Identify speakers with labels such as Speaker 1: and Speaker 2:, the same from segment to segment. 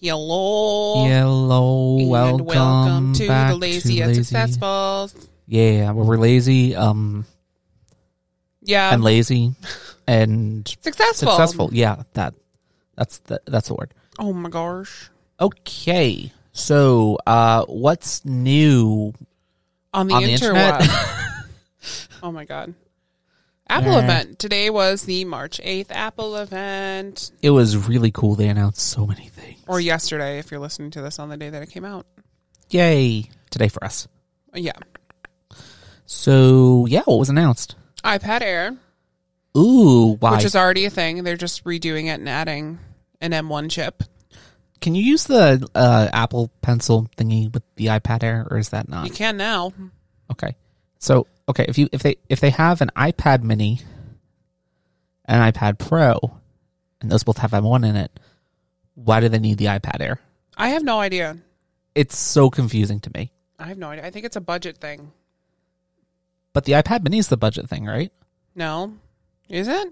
Speaker 1: Hello.
Speaker 2: Hello,
Speaker 1: And
Speaker 2: welcome,
Speaker 1: to
Speaker 2: back
Speaker 1: the Lazy and Successful.
Speaker 2: Yeah, well, we're lazy, um,
Speaker 1: Yeah.
Speaker 2: and lazy, and
Speaker 1: successful.
Speaker 2: successful. Yeah, that that's the that's the word.
Speaker 1: Oh my gosh.
Speaker 2: Okay, so uh, what's new?
Speaker 1: On the,
Speaker 2: On the internet.
Speaker 1: interweb. oh my god. Apple
Speaker 2: Yeah.
Speaker 1: event. Today was the March 8th Apple event.
Speaker 2: It was really cool. They announced so many things.
Speaker 1: Or yesterday, if you're listening to this on the day that it came out.
Speaker 2: Yay! Today for us.
Speaker 1: Yeah.
Speaker 2: So yeah, what was announced?
Speaker 1: iPad Air,
Speaker 2: Ooh, why?
Speaker 1: which is already a thing. They're just redoing it and adding an M1 chip.
Speaker 2: Can you use the uh, Apple Pencil thingy with the iPad Air, or is that not?
Speaker 1: You can now.
Speaker 2: Okay. So okay, if you if they if they have an iPad Mini, an iPad Pro, and those both have M1 in it, why do they need the iPad Air?
Speaker 1: I have no idea.
Speaker 2: It's so confusing to me.
Speaker 1: I have no idea. I think it's a budget thing.
Speaker 2: But the iPad Mini is the budget thing, right?
Speaker 1: No, is it?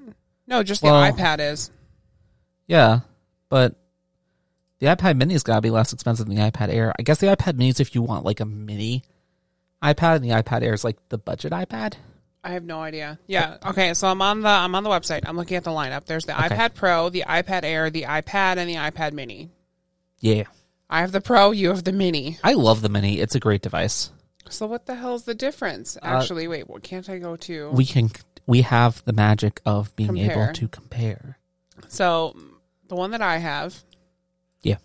Speaker 1: No, just the
Speaker 2: Well-
Speaker 1: iPad is.
Speaker 2: Yeah, but the iPad Mini's got to be less expensive than the iPad Air. I guess the iPad Mini's if you want like a mini iPad, and the iPad Air is like the budget iPad.
Speaker 1: I have no idea. Yeah. Okay. So I'm on the I'm on the website. I'm looking at the lineup. There's the
Speaker 2: Okay.
Speaker 1: iPad Pro, the iPad Air, the iPad, and the iPad Mini.
Speaker 2: Yeah,
Speaker 1: I have the Pro. You have the Mini.
Speaker 2: I love the Mini. It's a great device.
Speaker 1: So what the hell's the difference? Actually, wait. What can't I go to?
Speaker 2: Uh, We can we have the magic of being
Speaker 1: Compare.
Speaker 2: able to compare.
Speaker 1: so the one that I have,
Speaker 2: Yeah.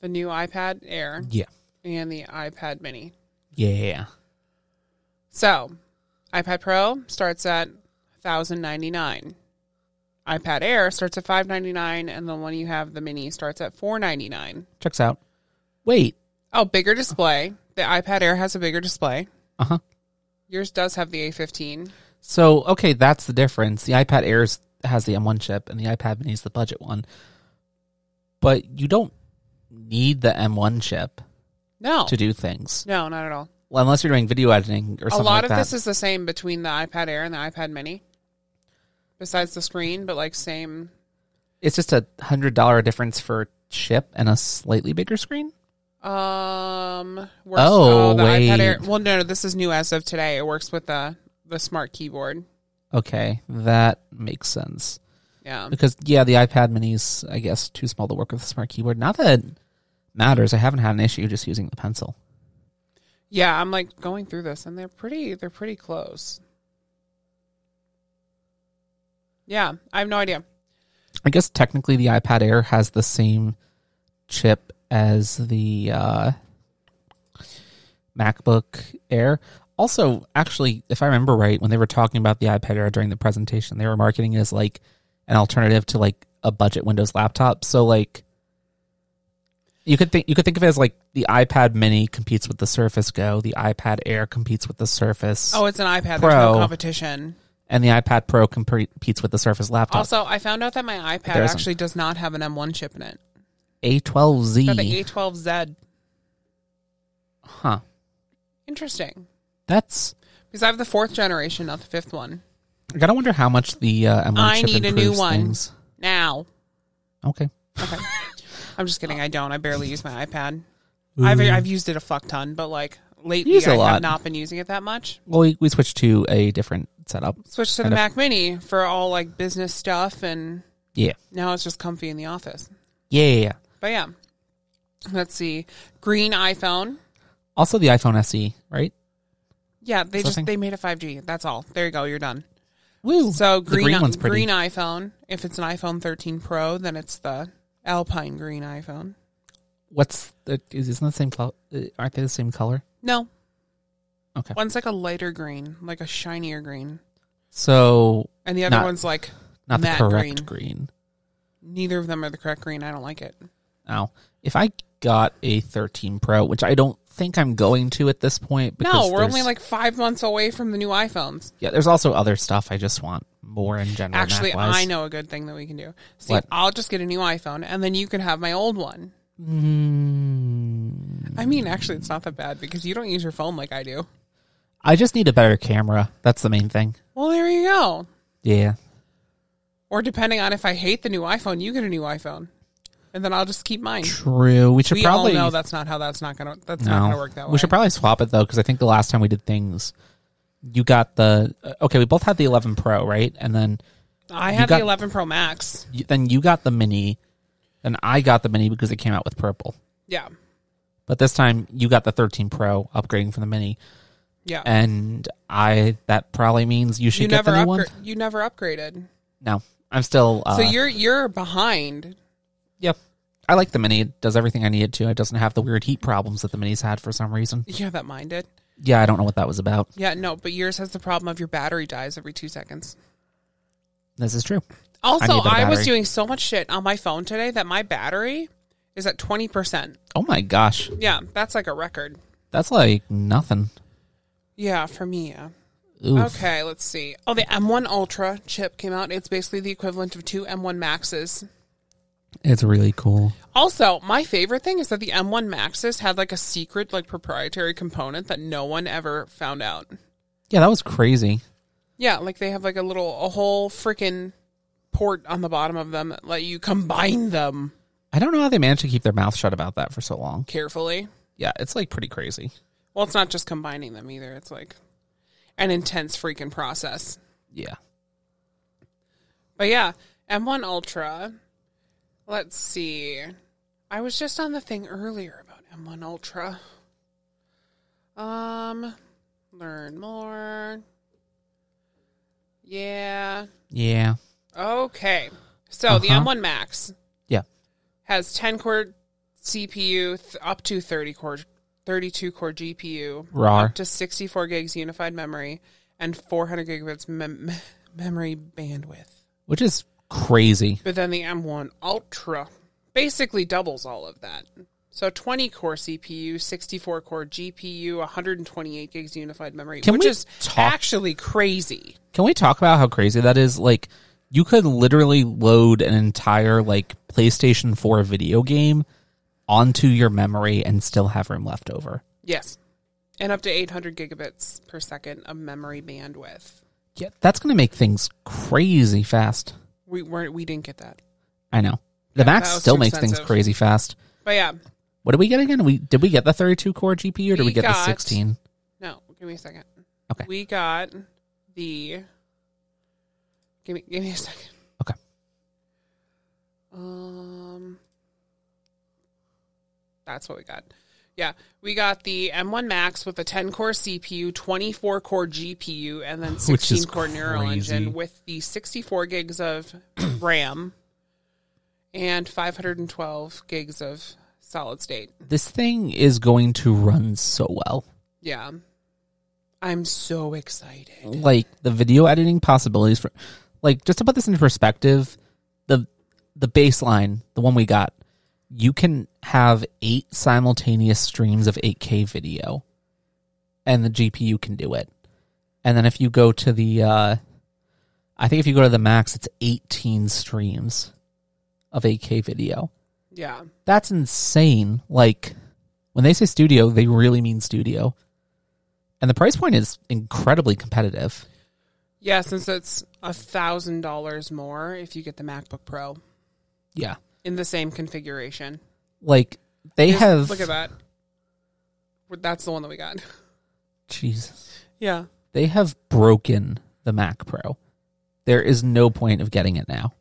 Speaker 1: the new iPad Air,
Speaker 2: Yeah.
Speaker 1: and the iPad Mini.
Speaker 2: Yeah.
Speaker 1: So, iPad Pro starts at 1099. iPad Air starts at 599 and the one you have the mini starts at 499.
Speaker 2: Checks out. Wait.
Speaker 1: Oh, bigger display. The iPad Air has a bigger display.
Speaker 2: Uh huh.
Speaker 1: Yours does have the A15.
Speaker 2: So, okay, that's the difference. The iPad Air is- has the M1 chip and the iPad Mini is the budget one. But you don't need the M1 chip
Speaker 1: No.
Speaker 2: to do things
Speaker 1: No, not at all.
Speaker 2: well, unless you're doing video editing or
Speaker 1: A
Speaker 2: something
Speaker 1: lot
Speaker 2: like
Speaker 1: of
Speaker 2: that.
Speaker 1: this is the same between the iPad Air and the iPad Mini. Besides the screen, but like same.
Speaker 2: it's just a $100 difference for chip and a slightly bigger screen.
Speaker 1: Um, works,
Speaker 2: Oh,
Speaker 1: the iPad Air.
Speaker 2: wait.
Speaker 1: Well, no, no, this is new as of today. It works with the the smart keyboard.
Speaker 2: Okay, that makes sense.
Speaker 1: Yeah.
Speaker 2: Because, yeah, the iPad Mini's, I guess, too small to work with a smart keyboard. Not that it matters. I haven't had an issue just using the pencil.
Speaker 1: Yeah, I'm like going through this and they're pretty they're pretty close. Yeah, I have no idea.
Speaker 2: I guess technically the iPad Air has the same chip as the uh, MacBook Air. Also, actually, if I remember right, when they were talking about the iPad Air during the presentation, they were marketing it as like an alternative to like a budget Windows laptop. So like you could think you could think of it as like the iPad Mini competes with the Surface Go, the iPad Air competes with the Surface,
Speaker 1: Oh, it's an iPad. There's no
Speaker 2: Pro.
Speaker 1: competition.
Speaker 2: and the iPad Pro competes with the Surface laptop.
Speaker 1: Also, I found out that my iPad
Speaker 2: there isn't.
Speaker 1: actually does not have an M1 chip in it.
Speaker 2: A12Z,
Speaker 1: It's got the A12Z.
Speaker 2: huh?
Speaker 1: Interesting.
Speaker 2: That's
Speaker 1: Because I have the fourth generation, not the fifth one.
Speaker 2: I gotta wonder how much the uh, M1
Speaker 1: I
Speaker 2: chip
Speaker 1: need a
Speaker 2: improves
Speaker 1: new one.
Speaker 2: things.
Speaker 1: Now.
Speaker 2: Okay,
Speaker 1: I'm just kidding. I don't. I barely use my iPad. I've, I've used it a fuck ton, but like lately
Speaker 2: Use a
Speaker 1: I
Speaker 2: lot.
Speaker 1: have not been using it that much.
Speaker 2: well we, we switched to a different setup.
Speaker 1: Switched to the
Speaker 2: Kind of-
Speaker 1: Mac Mini for all like business stuff, and
Speaker 2: Yeah,
Speaker 1: now it's just comfy in the office.
Speaker 2: yeah, yeah. yeah.
Speaker 1: But yeah, let's see. Green iPhone.
Speaker 2: Also, the iPhone SE, right?
Speaker 1: Yeah, they
Speaker 2: It's
Speaker 1: just
Speaker 2: nothing.
Speaker 1: they made a 5G. That's all. There you go. You're done.
Speaker 2: Woo!
Speaker 1: So
Speaker 2: The
Speaker 1: green,
Speaker 2: green one's pretty.
Speaker 1: green iPhone. If it's an iPhone 13 Pro, then it's the Alpine green iPhone.
Speaker 2: What's the, is isn't the same color? Aren't they the same color?
Speaker 1: No.
Speaker 2: Okay.
Speaker 1: One's like a lighter green, like a shinier green,
Speaker 2: So
Speaker 1: and the other
Speaker 2: Not-
Speaker 1: one's like
Speaker 2: not the
Speaker 1: Matte
Speaker 2: correct green.
Speaker 1: green. neither of them are the correct green. I don't like it.
Speaker 2: Now, if I got a 13 Pro, which I don't think I'm going to at this point, because
Speaker 1: No, we're
Speaker 2: there's-
Speaker 1: only like five months away from the new iPhones.
Speaker 2: yeah. There's also other stuff I just want more in general.
Speaker 1: Actually,
Speaker 2: Mac-wise.
Speaker 1: I know a good thing that we can do. See,
Speaker 2: What?
Speaker 1: I'll just get a new iPhone, and then you can have my old one.
Speaker 2: Mm,
Speaker 1: I mean, actually, it's not that bad because you don't use your phone like I do.
Speaker 2: I just need a better camera. That's the main thing.
Speaker 1: Well, there you go.
Speaker 2: Yeah,
Speaker 1: Or depending on if I hate the new iPhone, you get a new iPhone. and then I'll just keep mine.
Speaker 2: True. We should
Speaker 1: We
Speaker 2: probably
Speaker 1: all know that's not how that's not gonna that's
Speaker 2: no.
Speaker 1: not gonna work that way.
Speaker 2: We should probably swap it though, because I think the last time we did things, you got the uh, okay. We both had the 11 Pro, right? And then
Speaker 1: I
Speaker 2: you
Speaker 1: have
Speaker 2: got-
Speaker 1: the 11 Pro Max.
Speaker 2: you- then you got the Mini, and I got the Mini because it came out with purple.
Speaker 1: Yeah,
Speaker 2: But this time you got the 13 Pro, upgrading from the Mini,
Speaker 1: yeah.
Speaker 2: and I that probably means you should
Speaker 1: you
Speaker 2: get
Speaker 1: never
Speaker 2: the new one.
Speaker 1: upgra- you never upgraded,
Speaker 2: No, I'm still. Uh,
Speaker 1: so you're you're behind.
Speaker 2: Yep. I like the Mini. It does everything I need it to. It doesn't have the weird heat problems that the Mini's had for some reason.
Speaker 1: Yeah, that mine did.
Speaker 2: Yeah, I don't know what that was about.
Speaker 1: Yeah, no, but yours has the problem of your battery dies every two seconds.
Speaker 2: This is true.
Speaker 1: Also,
Speaker 2: need that
Speaker 1: I, was
Speaker 2: battery.
Speaker 1: doing so much shit on my phone today that my battery is at twenty percent.
Speaker 2: Oh my gosh.
Speaker 1: Yeah, that's like a record.
Speaker 2: That's like nothing.
Speaker 1: Yeah, for me. Yeah.
Speaker 2: Oof.
Speaker 1: Okay, let's see. Oh, the M1 Ultra chip came out. It's basically the equivalent of two M1 Maxes.
Speaker 2: It's really cool.
Speaker 1: Also, my favorite thing is that the M1 Maxes had like a secret, like proprietary component that no one ever found out.
Speaker 2: Yeah, that was crazy.
Speaker 1: Yeah, like they have like a little, a whole freaking port on the bottom of them that let you combine them
Speaker 2: I don't know how they managed to keep their mouth shut about that for so long.
Speaker 1: carefully.
Speaker 2: Yeah, it's like pretty crazy.
Speaker 1: Well, it's not just combining them either. It's like an intense freaking process.
Speaker 2: Yeah.
Speaker 1: But yeah, M1 Ultra. Let's see. I was just on the thing earlier about M1 Ultra. Um, learn more. Yeah.
Speaker 2: Yeah.
Speaker 1: Okay. So the
Speaker 2: Uh-huh.
Speaker 1: M1 Max
Speaker 2: Yeah.
Speaker 1: has 10 core CPU, th- up to 30 core, 32 core GPU,
Speaker 2: Rawr.
Speaker 1: up to 64 gigs unified memory, and 400 gigabits mem- memory bandwidth.
Speaker 2: Which is crazy.
Speaker 1: But then the M1 Ultra basically doubles all of that. So 20 core CPU, 64 core GPU, 128 gigs unified memory,
Speaker 2: Can
Speaker 1: which
Speaker 2: we
Speaker 1: is
Speaker 2: talk-
Speaker 1: actually crazy.
Speaker 2: Can we talk about how crazy that is? Like, you could literally load an entire, like, PlayStation 4 video game onto your memory and still have room left over.
Speaker 1: Yes. And up to 800 gigabits per second of memory bandwidth.
Speaker 2: Yeah, that's going to make things crazy fast.
Speaker 1: We weren't we didn't get that.
Speaker 2: I know. The Max
Speaker 1: that was
Speaker 2: still
Speaker 1: too
Speaker 2: makes things
Speaker 1: expensive.
Speaker 2: crazy fast.
Speaker 1: But yeah,
Speaker 2: What did we get again? We did we get the 32 core GPU or did we,
Speaker 1: We
Speaker 2: get the
Speaker 1: got-
Speaker 2: 16?
Speaker 1: no, give me a second.
Speaker 2: Okay.
Speaker 1: We got the Give me give me a second.
Speaker 2: Okay.
Speaker 1: Um, that's what we got. Yeah, we got the M1 Max with a 10 core CPU, 24 core GPU, and then
Speaker 2: Which is
Speaker 1: 16 core neural
Speaker 2: crazy.
Speaker 1: engine with the 64 gigs of RAM and 512 gigs of solid state.
Speaker 2: This thing is going to run so well.
Speaker 1: Yeah. I'm so excited.
Speaker 2: Like the video editing possibilities for like just to put this into perspective, the the baseline, the one we got, you can have 8 simultaneous streams of 8K video and the GPU can do it. And then if you go to the uh I think if you go to the max it's 18 streams of 8K video.
Speaker 1: Yeah.
Speaker 2: that's insane. Like when they say studio, they really mean studio. And the price point is incredibly competitive.
Speaker 1: Yeah, since it's a $1,000 more if you get the MacBook Pro.
Speaker 2: Yeah.
Speaker 1: in the same configuration.
Speaker 2: Like they
Speaker 1: Just
Speaker 2: have
Speaker 1: Look at that. That's the one that we got.
Speaker 2: Jesus.
Speaker 1: Yeah.
Speaker 2: They have broken the Mac Pro. There is no point of getting it now.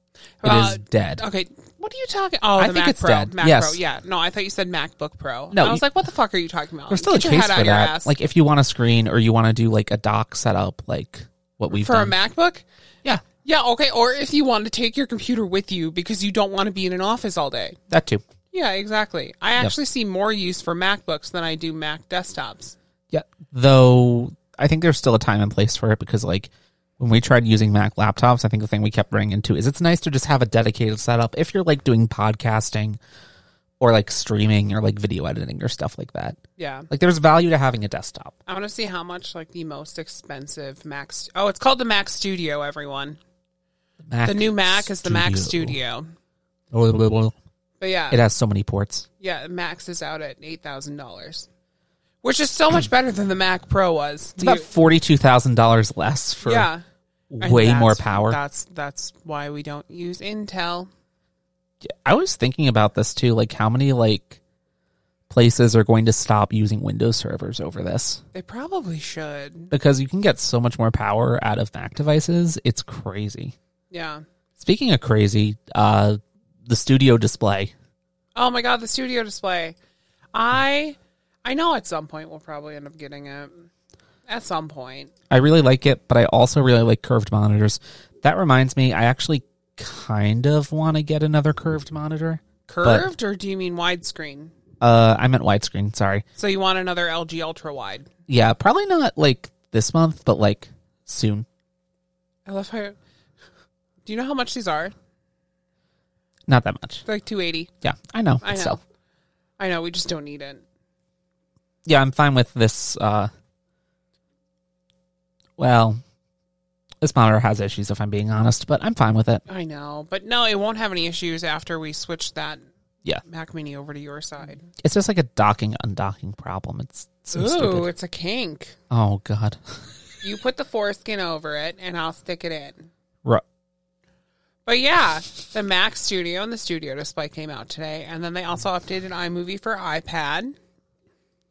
Speaker 2: It is
Speaker 1: Uh,
Speaker 2: dead.
Speaker 1: Okay. What are you talking? Oh,
Speaker 2: I
Speaker 1: the
Speaker 2: think
Speaker 1: Mac
Speaker 2: it's
Speaker 1: Pro.
Speaker 2: dead.
Speaker 1: Mac
Speaker 2: Yes.
Speaker 1: Pro. Yeah. No, I thought you said MacBook Pro.
Speaker 2: No,
Speaker 1: I was
Speaker 2: you-
Speaker 1: like, what the fuck are you talking about?
Speaker 2: There's still a
Speaker 1: Get your
Speaker 2: case
Speaker 1: head out
Speaker 2: for
Speaker 1: of your
Speaker 2: that.
Speaker 1: ass.
Speaker 2: Like if you want a screen or you want to do like a dock setup, like what we've
Speaker 1: for
Speaker 2: done.
Speaker 1: a MacBook.
Speaker 2: yeah,
Speaker 1: Yeah. Okay. Or if you want to take your computer with you because you don't want to be in an office all day.
Speaker 2: that too.
Speaker 1: Yeah. Exactly. I actually see more use for MacBooks than I do Mac desktops.
Speaker 2: Yeah. Though I think there's still a time and place for it because like when we tried using Mac laptops, I think the thing we kept running into is it's nice to just have a dedicated setup if you're like doing podcasting or like streaming or like video editing or stuff like that.
Speaker 1: Yeah.
Speaker 2: Like there's value to having a desktop.
Speaker 1: I want to see how much like the most expensive Mac. St- oh, it's called the Mac Studio. Everyone.
Speaker 2: Mac Oh,
Speaker 1: The new Mac is the Mac Studio. But yeah,
Speaker 2: It has so many ports.
Speaker 1: yeah, Max is out at eight thousand dollars, which is so much better than the Mac Pro was.
Speaker 2: It's about forty-two thousand dollars less for
Speaker 1: yeah, And
Speaker 2: way more
Speaker 1: that's-
Speaker 2: power.
Speaker 1: That's that's why we don't use Intel.
Speaker 2: I was thinking about this too, like how many like places are going to stop using Windows servers over this
Speaker 1: They probably should.
Speaker 2: because you can get so much more power out of Mac devices. It's crazy.
Speaker 1: Yeah.
Speaker 2: Speaking of crazy, uh, the studio display.
Speaker 1: Oh my god, the studio display. I I know at some point we'll probably end up getting it. At some point.
Speaker 2: I really like it, but I also really like curved monitors. That reminds me, I actually kind of want to get another curved monitor.
Speaker 1: Curved or do you mean widescreen?
Speaker 2: Uh, I meant widescreen. Sorry.
Speaker 1: So you want another LG ultra wide.
Speaker 2: Yeah, probably not like this month, but like soon.
Speaker 1: I love how Do you know how much these are?
Speaker 2: Not that much.
Speaker 1: They're like 280.
Speaker 2: Yeah, I know.
Speaker 1: I know.
Speaker 2: So
Speaker 1: I know we just don't need it.
Speaker 2: yeah, I'm fine with this. Uh, well, this monitor has issues, if I'm being honest, but I'm fine with it.
Speaker 1: I know, but no, it won't have any issues after we switch that
Speaker 2: Yeah.
Speaker 1: Mac Mini over to your side.
Speaker 2: It's just like a docking undocking problem. It's so
Speaker 1: Ooh,
Speaker 2: stupid.
Speaker 1: it's a kink.
Speaker 2: Oh god.
Speaker 1: You put the foreskin over it, and I'll stick it in.
Speaker 2: Ru-
Speaker 1: But yeah, the Mac Studio and the Studio Display came out today, and then they also updated iMovie for iPad.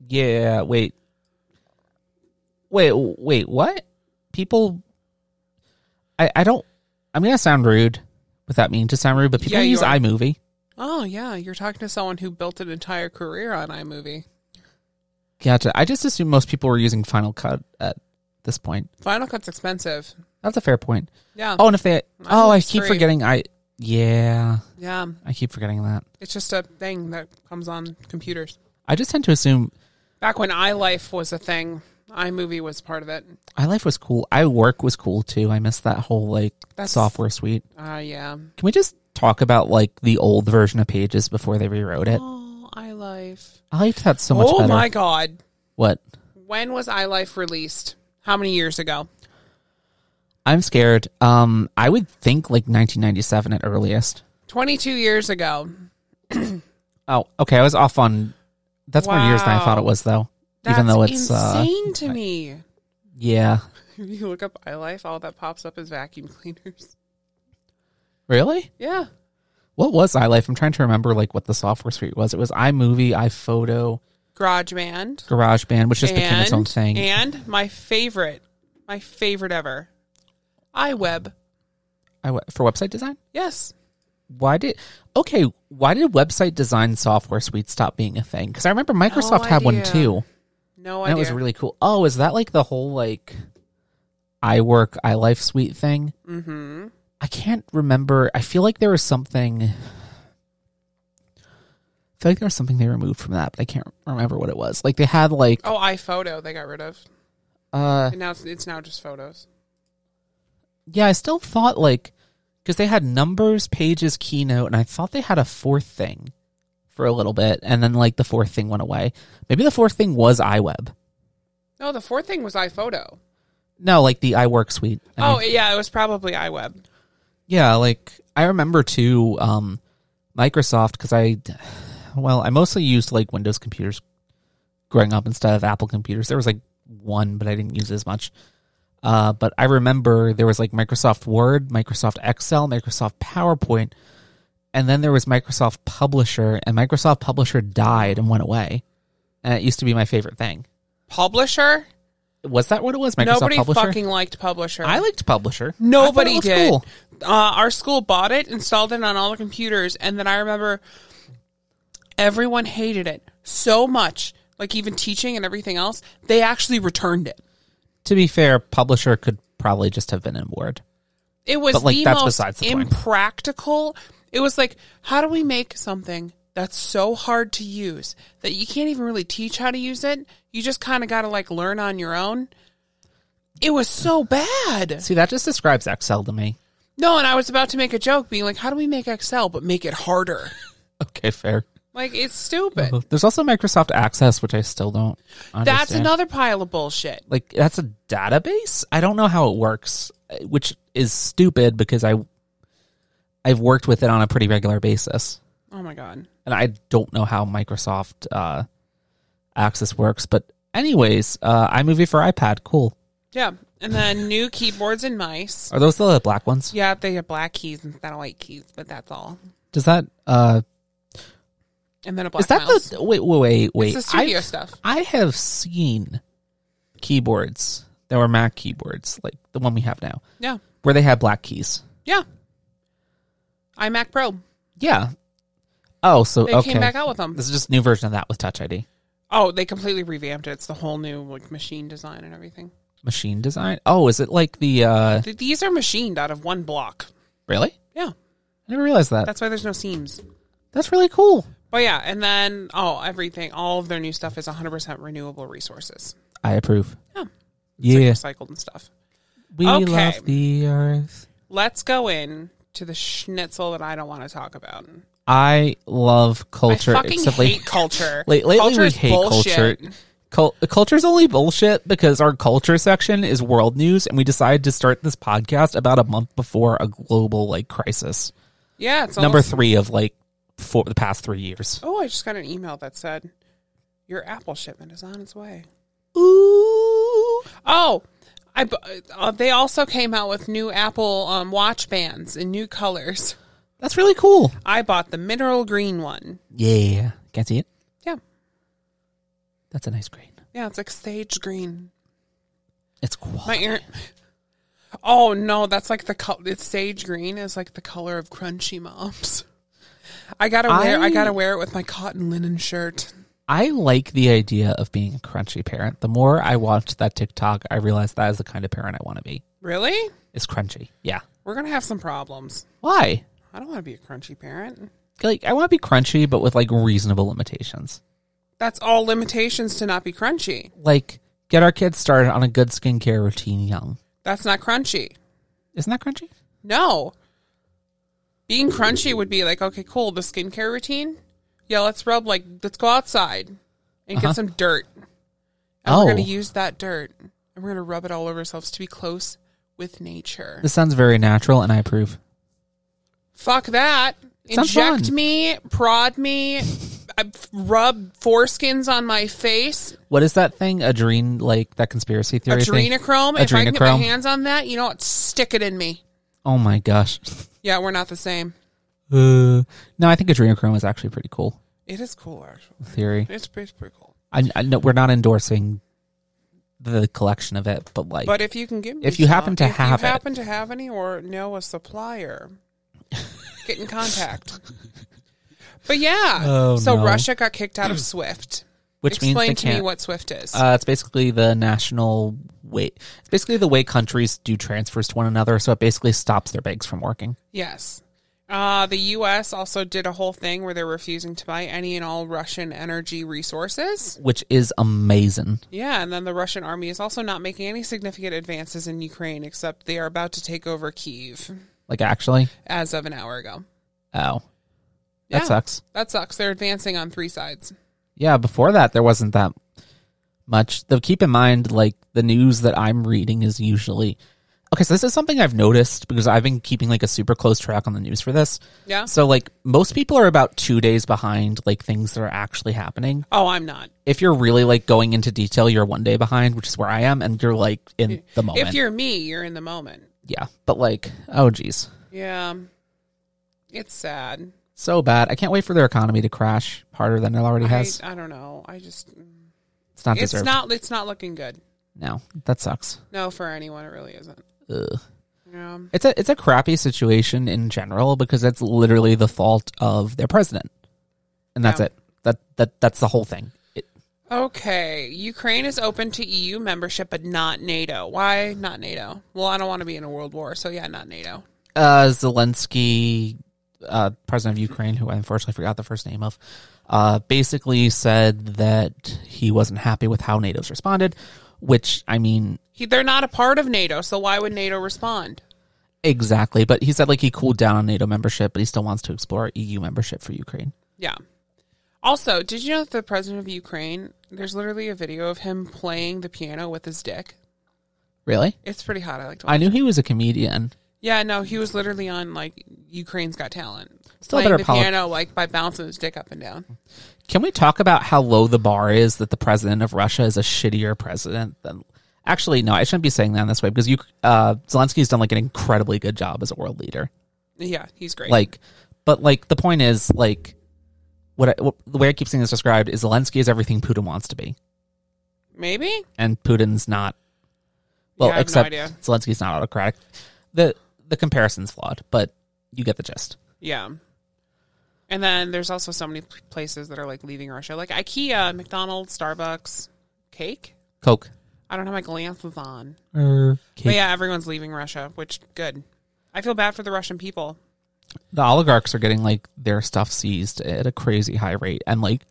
Speaker 2: Yeah, wait. Wait, wait, what? People I I don't I'm going to sound rude without meaning to sound rude, but people
Speaker 1: Yeah, you
Speaker 2: use
Speaker 1: are.
Speaker 2: iMovie.
Speaker 1: Oh yeah, you're talking to someone who built an entire career on iMovie.
Speaker 2: Gotcha. I just assumed most people were using Final Cut at this point.
Speaker 1: Final Cut's expensive.
Speaker 2: That's a fair point.
Speaker 1: Yeah,
Speaker 2: Oh, and if they Oh, I
Speaker 1: it's
Speaker 2: keep
Speaker 1: free.
Speaker 2: forgetting I yeah,
Speaker 1: yeah.
Speaker 2: I keep forgetting that.
Speaker 1: It's just a thing that comes on computers.
Speaker 2: I just tend to assume
Speaker 1: Back when iLife was a thing, iMovie was part of it.
Speaker 2: iLife was cool. iWork was cool too. I miss that whole like
Speaker 1: That's-
Speaker 2: software suite.
Speaker 1: Ah, yeah.
Speaker 2: Can we just talk about like the old version of Pages before they rewrote it?
Speaker 1: Oh, iLife.
Speaker 2: I liked that so much
Speaker 1: Oh
Speaker 2: better.
Speaker 1: my god.
Speaker 2: What?
Speaker 1: When was iLife released? How many years ago?
Speaker 2: I'm scared. Um, I would think like 1997 at earliest.
Speaker 1: 22 years ago.
Speaker 2: Oh, okay. I was off on. That's more years than I
Speaker 1: Wow.
Speaker 2: thought it was, though.
Speaker 1: That's
Speaker 2: Even though it's uh,
Speaker 1: insane to me.
Speaker 2: yeah,
Speaker 1: If you look up iLife, all that pops up is vacuum cleaners.
Speaker 2: really.
Speaker 1: Yeah.
Speaker 2: What was iLife? I'm trying to remember like what the software suite was. It was iMovie, iPhoto,
Speaker 1: GarageBand.
Speaker 2: GarageBand, which just became its own
Speaker 1: And,
Speaker 2: thing.
Speaker 1: and my favorite, my favorite ever, iWeb.
Speaker 2: I w for website design.
Speaker 1: Yes.
Speaker 2: Why did okay? Why did website design software suite stop being a thing? Because I remember Microsoft had one
Speaker 1: idea.
Speaker 2: too.
Speaker 1: No
Speaker 2: That
Speaker 1: idea.
Speaker 2: was really cool. Oh, is that like the whole like I work, I life suite thing?
Speaker 1: mm-hmm.
Speaker 2: I can't remember. I feel like there was something. I feel like there was something they removed from that, but I can't remember what it was. Like they had like
Speaker 1: Oh, iPhoto they got rid of.
Speaker 2: uh
Speaker 1: And now it's, it's now just photos.
Speaker 2: yeah, I still thought like because they had numbers, pages, keynote, and I thought they had a fourth thing for a little bit, and then like the fourth thing went away. Maybe the fourth thing was iWeb.
Speaker 1: No, the fourth thing was iPhoto.
Speaker 2: No, like the iWork suite. I mean.
Speaker 1: Oh, yeah, it was probably iWeb.
Speaker 2: Yeah, like I remember too, um, Microsoft because I, well, I mostly used like Windows computers growing up instead of Apple computers. There was like one, but I didn't use it as much. Uh, but I remember there was like Microsoft Word, Microsoft Excel, Microsoft PowerPoint, and then there was Microsoft Publisher, and Microsoft Publisher died and went away. And it used to be my favorite thing.
Speaker 1: Publisher?
Speaker 2: Was that what it was? Microsoft
Speaker 1: Nobody
Speaker 2: Publisher.
Speaker 1: fucking liked Publisher.
Speaker 2: I liked Publisher. I thought it
Speaker 1: Nobody
Speaker 2: was
Speaker 1: did.
Speaker 2: cool.
Speaker 1: Uh, our school bought it, installed it on all the computers, and then I remember everyone hated it so much, like even teaching and everything else. They actually returned it.
Speaker 2: to be fair, publisher could probably just have been in Word.
Speaker 1: It was
Speaker 2: But, like,
Speaker 1: the
Speaker 2: that's
Speaker 1: most
Speaker 2: besides the point.
Speaker 1: impractical. It was like, how do we make something that's so hard to use that you can't even really teach how to use it? You just kind of got to like learn on your own. It was so bad.
Speaker 2: See, that just describes Excel to me.
Speaker 1: No, and I was about to make a joke, being like, how do we make Excel but make it harder?
Speaker 2: Okay, fair.
Speaker 1: Like it's stupid.
Speaker 2: There's also Microsoft Access, which Oh, I still don't. Understand.
Speaker 1: Uh-huh. That's another pile of bullshit.
Speaker 2: Like that's a database. I don't know how it works, uh, which is stupid because I, I've worked with it on a pretty regular basis,
Speaker 1: Oh my god.
Speaker 2: and I don't know how Microsoft uh, Access works. But anyways, uh, iMovie for iPad, cool.
Speaker 1: Yeah, And then new keyboards and mice.
Speaker 2: Are those the black ones?
Speaker 1: Yeah, they have black keys instead of white keys, but that's all.
Speaker 2: Does that uh
Speaker 1: And then a black
Speaker 2: is that
Speaker 1: mouse.
Speaker 2: the wait wait wait wait?
Speaker 1: it's the studio
Speaker 2: I've-
Speaker 1: stuff.
Speaker 2: I have seen keyboards that were Mac keyboards, like the one we have now,
Speaker 1: Yeah.
Speaker 2: where they had black keys.
Speaker 1: Yeah. iMac Pro.
Speaker 2: Yeah. Oh, so
Speaker 1: They
Speaker 2: okay.
Speaker 1: came back out with them.
Speaker 2: This is just a new version of that with Touch ID.
Speaker 1: Oh, they completely revamped it. It's the whole new like machine design and everything.
Speaker 2: Machine design. Oh, is it like the uh
Speaker 1: Th- These are machined out of one block.
Speaker 2: really?
Speaker 1: Yeah.
Speaker 2: I never realized that.
Speaker 1: That's why there's no seams.
Speaker 2: That's really cool.
Speaker 1: But yeah, and then oh, everything, all of their new stuff is 100% renewable resources.
Speaker 2: I approve.
Speaker 1: Yeah.
Speaker 2: Yeah.
Speaker 1: It's like recycled and stuff.
Speaker 2: we
Speaker 1: Okay.
Speaker 2: love the earth.
Speaker 1: Let's go in to the schnitzel that I don't want to talk about.
Speaker 2: I love culture.
Speaker 1: I fucking
Speaker 2: except like-
Speaker 1: hate culture.
Speaker 2: Late, lately,
Speaker 1: culture
Speaker 2: we
Speaker 1: is
Speaker 2: hate
Speaker 1: bullshit.
Speaker 2: culture. Cul- culture's only bullshit because our culture section is world news, and we decided to start this podcast about a month before a global like crisis.
Speaker 1: Yeah, it's
Speaker 2: Number
Speaker 1: almost-
Speaker 2: three of like for the past three years.
Speaker 1: Oh, I just got an email that said your Apple shipment is on its way.
Speaker 2: Ooh,
Speaker 1: Oh, I bu- uh, they also came out with new Apple um, watch bands in new colors.
Speaker 2: that's really cool.
Speaker 1: I bought the mineral green one.
Speaker 2: Yeah, can't see it.
Speaker 1: Yeah,
Speaker 2: That's a nice green.
Speaker 1: yeah, it's like sage green.
Speaker 2: It's cool.
Speaker 1: My ear. Oh no, that's like the color. It's sage green is like the color of crunchy moms. I gotta wear. I
Speaker 2: I-
Speaker 1: gotta wear it with my cotton linen shirt.
Speaker 2: I like the idea of being a crunchy parent. The more I watched that TikTok, I realized that is the kind of parent I want to be.
Speaker 1: Really?
Speaker 2: It's crunchy. Yeah.
Speaker 1: We're gonna have some problems.
Speaker 2: Why?
Speaker 1: I don't want to be a crunchy parent.
Speaker 2: Like I want to be crunchy, but with like reasonable limitations.
Speaker 1: That's all limitations to not be crunchy.
Speaker 2: like get our kids started on a good skincare routine young.
Speaker 1: That's not crunchy.
Speaker 2: Isn't that crunchy?
Speaker 1: No. Being crunchy would be like, okay, cool, the skincare routine. Yeah, let's rub like let's go outside and get some dirt. And
Speaker 2: Uh-huh. Oh.
Speaker 1: we're gonna use that dirt and we're gonna rub it all over ourselves to be close with nature.
Speaker 2: This sounds very natural, and I approve.
Speaker 1: Fuck that.
Speaker 2: Sounds
Speaker 1: Inject
Speaker 2: fun.
Speaker 1: me, prod me, I- rub foreskins on my face,
Speaker 2: What is that thing? Adrene, like that conspiracy theory thing?
Speaker 1: adrenochrome. If I can get my
Speaker 2: Adrenochrome.
Speaker 1: hands on that, you know what? Stick it in me.
Speaker 2: Oh my gosh.
Speaker 1: Yeah, we're not the same.
Speaker 2: Uh, no, I think adrenochrome is actually pretty cool
Speaker 1: It is cool, actually.
Speaker 2: theory.
Speaker 1: It's pretty, pretty cool.
Speaker 2: I, I know we're not endorsing the collection of it, but like
Speaker 1: But if you can give me,
Speaker 2: If you happen
Speaker 1: some-
Speaker 2: to
Speaker 1: if
Speaker 2: have
Speaker 1: you
Speaker 2: it.
Speaker 1: happen to have any or know a supplier, get in contact. But yeah,
Speaker 2: Oh,
Speaker 1: so
Speaker 2: no.
Speaker 1: Russia got kicked out of SWIFT.
Speaker 2: which
Speaker 1: Explain
Speaker 2: means they
Speaker 1: to me
Speaker 2: can't.
Speaker 1: what SWIFT is.
Speaker 2: uh, it's basically the national way. It's basically the way countries do transfers to one another, so it basically stops their banks from working.
Speaker 1: yes. Uh, the U.S. also did a whole thing where they're refusing to buy any and all Russian energy resources.
Speaker 2: which is amazing.
Speaker 1: Yeah, and then the Russian army is also not making any significant advances in Ukraine, except they are about to take over Kiev
Speaker 2: Like actually,
Speaker 1: as of an hour ago.
Speaker 2: oh,
Speaker 1: Yeah,
Speaker 2: that sucks.
Speaker 1: That sucks. They're advancing on three sides.
Speaker 2: Yeah, before that there wasn't that much. Though keep in mind, like the news that I'm reading is usually okay. So this is something I've noticed because I've been keeping like a super close track on the news for this.
Speaker 1: Yeah.
Speaker 2: So like most people are about two days behind like things that are actually happening.
Speaker 1: Oh, I'm not.
Speaker 2: If you're really like going into detail, you're one day behind, which is where I am, and you're like in the moment.
Speaker 1: If you're me, you're in the moment.
Speaker 2: yeah, but like oh geez,
Speaker 1: Yeah. It's sad.
Speaker 2: so bad. I can't wait for their economy to crash harder than it already has.
Speaker 1: I, I don't know. I just
Speaker 2: It's not
Speaker 1: it's
Speaker 2: deserved.
Speaker 1: not it's not looking good.
Speaker 2: No, that sucks.
Speaker 1: No, for anyone it really isn't.
Speaker 2: Ugh.
Speaker 1: Yeah.
Speaker 2: It's a it's a crappy situation in general because it's literally the fault of their president, and that's
Speaker 1: Yeah.
Speaker 2: it. That that that's the whole thing. It,
Speaker 1: Okay. Ukraine is open to EU membership but not NATO. Why not NATO? Well, I don't want to be in a world war, so yeah, not NATO.
Speaker 2: uh, Zelensky, uh, president of Ukraine, who I unfortunately forgot the first name of, uh, basically said that he wasn't happy with how NATO's responded. Which I mean,
Speaker 1: He, they're not a part of NATO, so why would NATO respond?
Speaker 2: exactly. But he said like he cooled down on NATO membership, but he still wants to explore EU membership for Ukraine.
Speaker 1: Yeah. Also, did you know that the president of Ukraine, there's literally a video of him playing the piano with his dick?
Speaker 2: Really?
Speaker 1: It's pretty hot. I like to watch
Speaker 2: I knew he was a comedian.
Speaker 1: Yeah, no, he was literally on like Ukraine's Got Talent,
Speaker 2: Still a
Speaker 1: playing
Speaker 2: better
Speaker 1: the
Speaker 2: poli-
Speaker 1: piano like by bouncing his dick up and down.
Speaker 2: Can we talk about how low the bar is that the president of Russia is a shittier president than Actually, no, I shouldn't be saying that in this way because you, uh, Zelensky's done like an incredibly good job as a world leader.
Speaker 1: Yeah, he's great.
Speaker 2: Like, but like the point is like what, I, what the way I keep seeing this described is Zelensky is everything Putin wants to be,
Speaker 1: Maybe?
Speaker 2: and Putin's not. Well,
Speaker 1: Yeah, I have no
Speaker 2: except
Speaker 1: idea.
Speaker 2: Zelensky's not autocratic. the The comparison's flawed, but you get the gist.
Speaker 1: Yeah. And then there's also so many p- places that are like leaving Russia, like IKEA, McDonald's, Starbucks, cake.
Speaker 2: Coke.
Speaker 1: I don't have my glasses on.
Speaker 2: Cake.
Speaker 1: But yeah, everyone's leaving Russia, which good. I feel bad for the Russian people.
Speaker 2: the oligarchs are getting like their stuff seized at a crazy high rate and like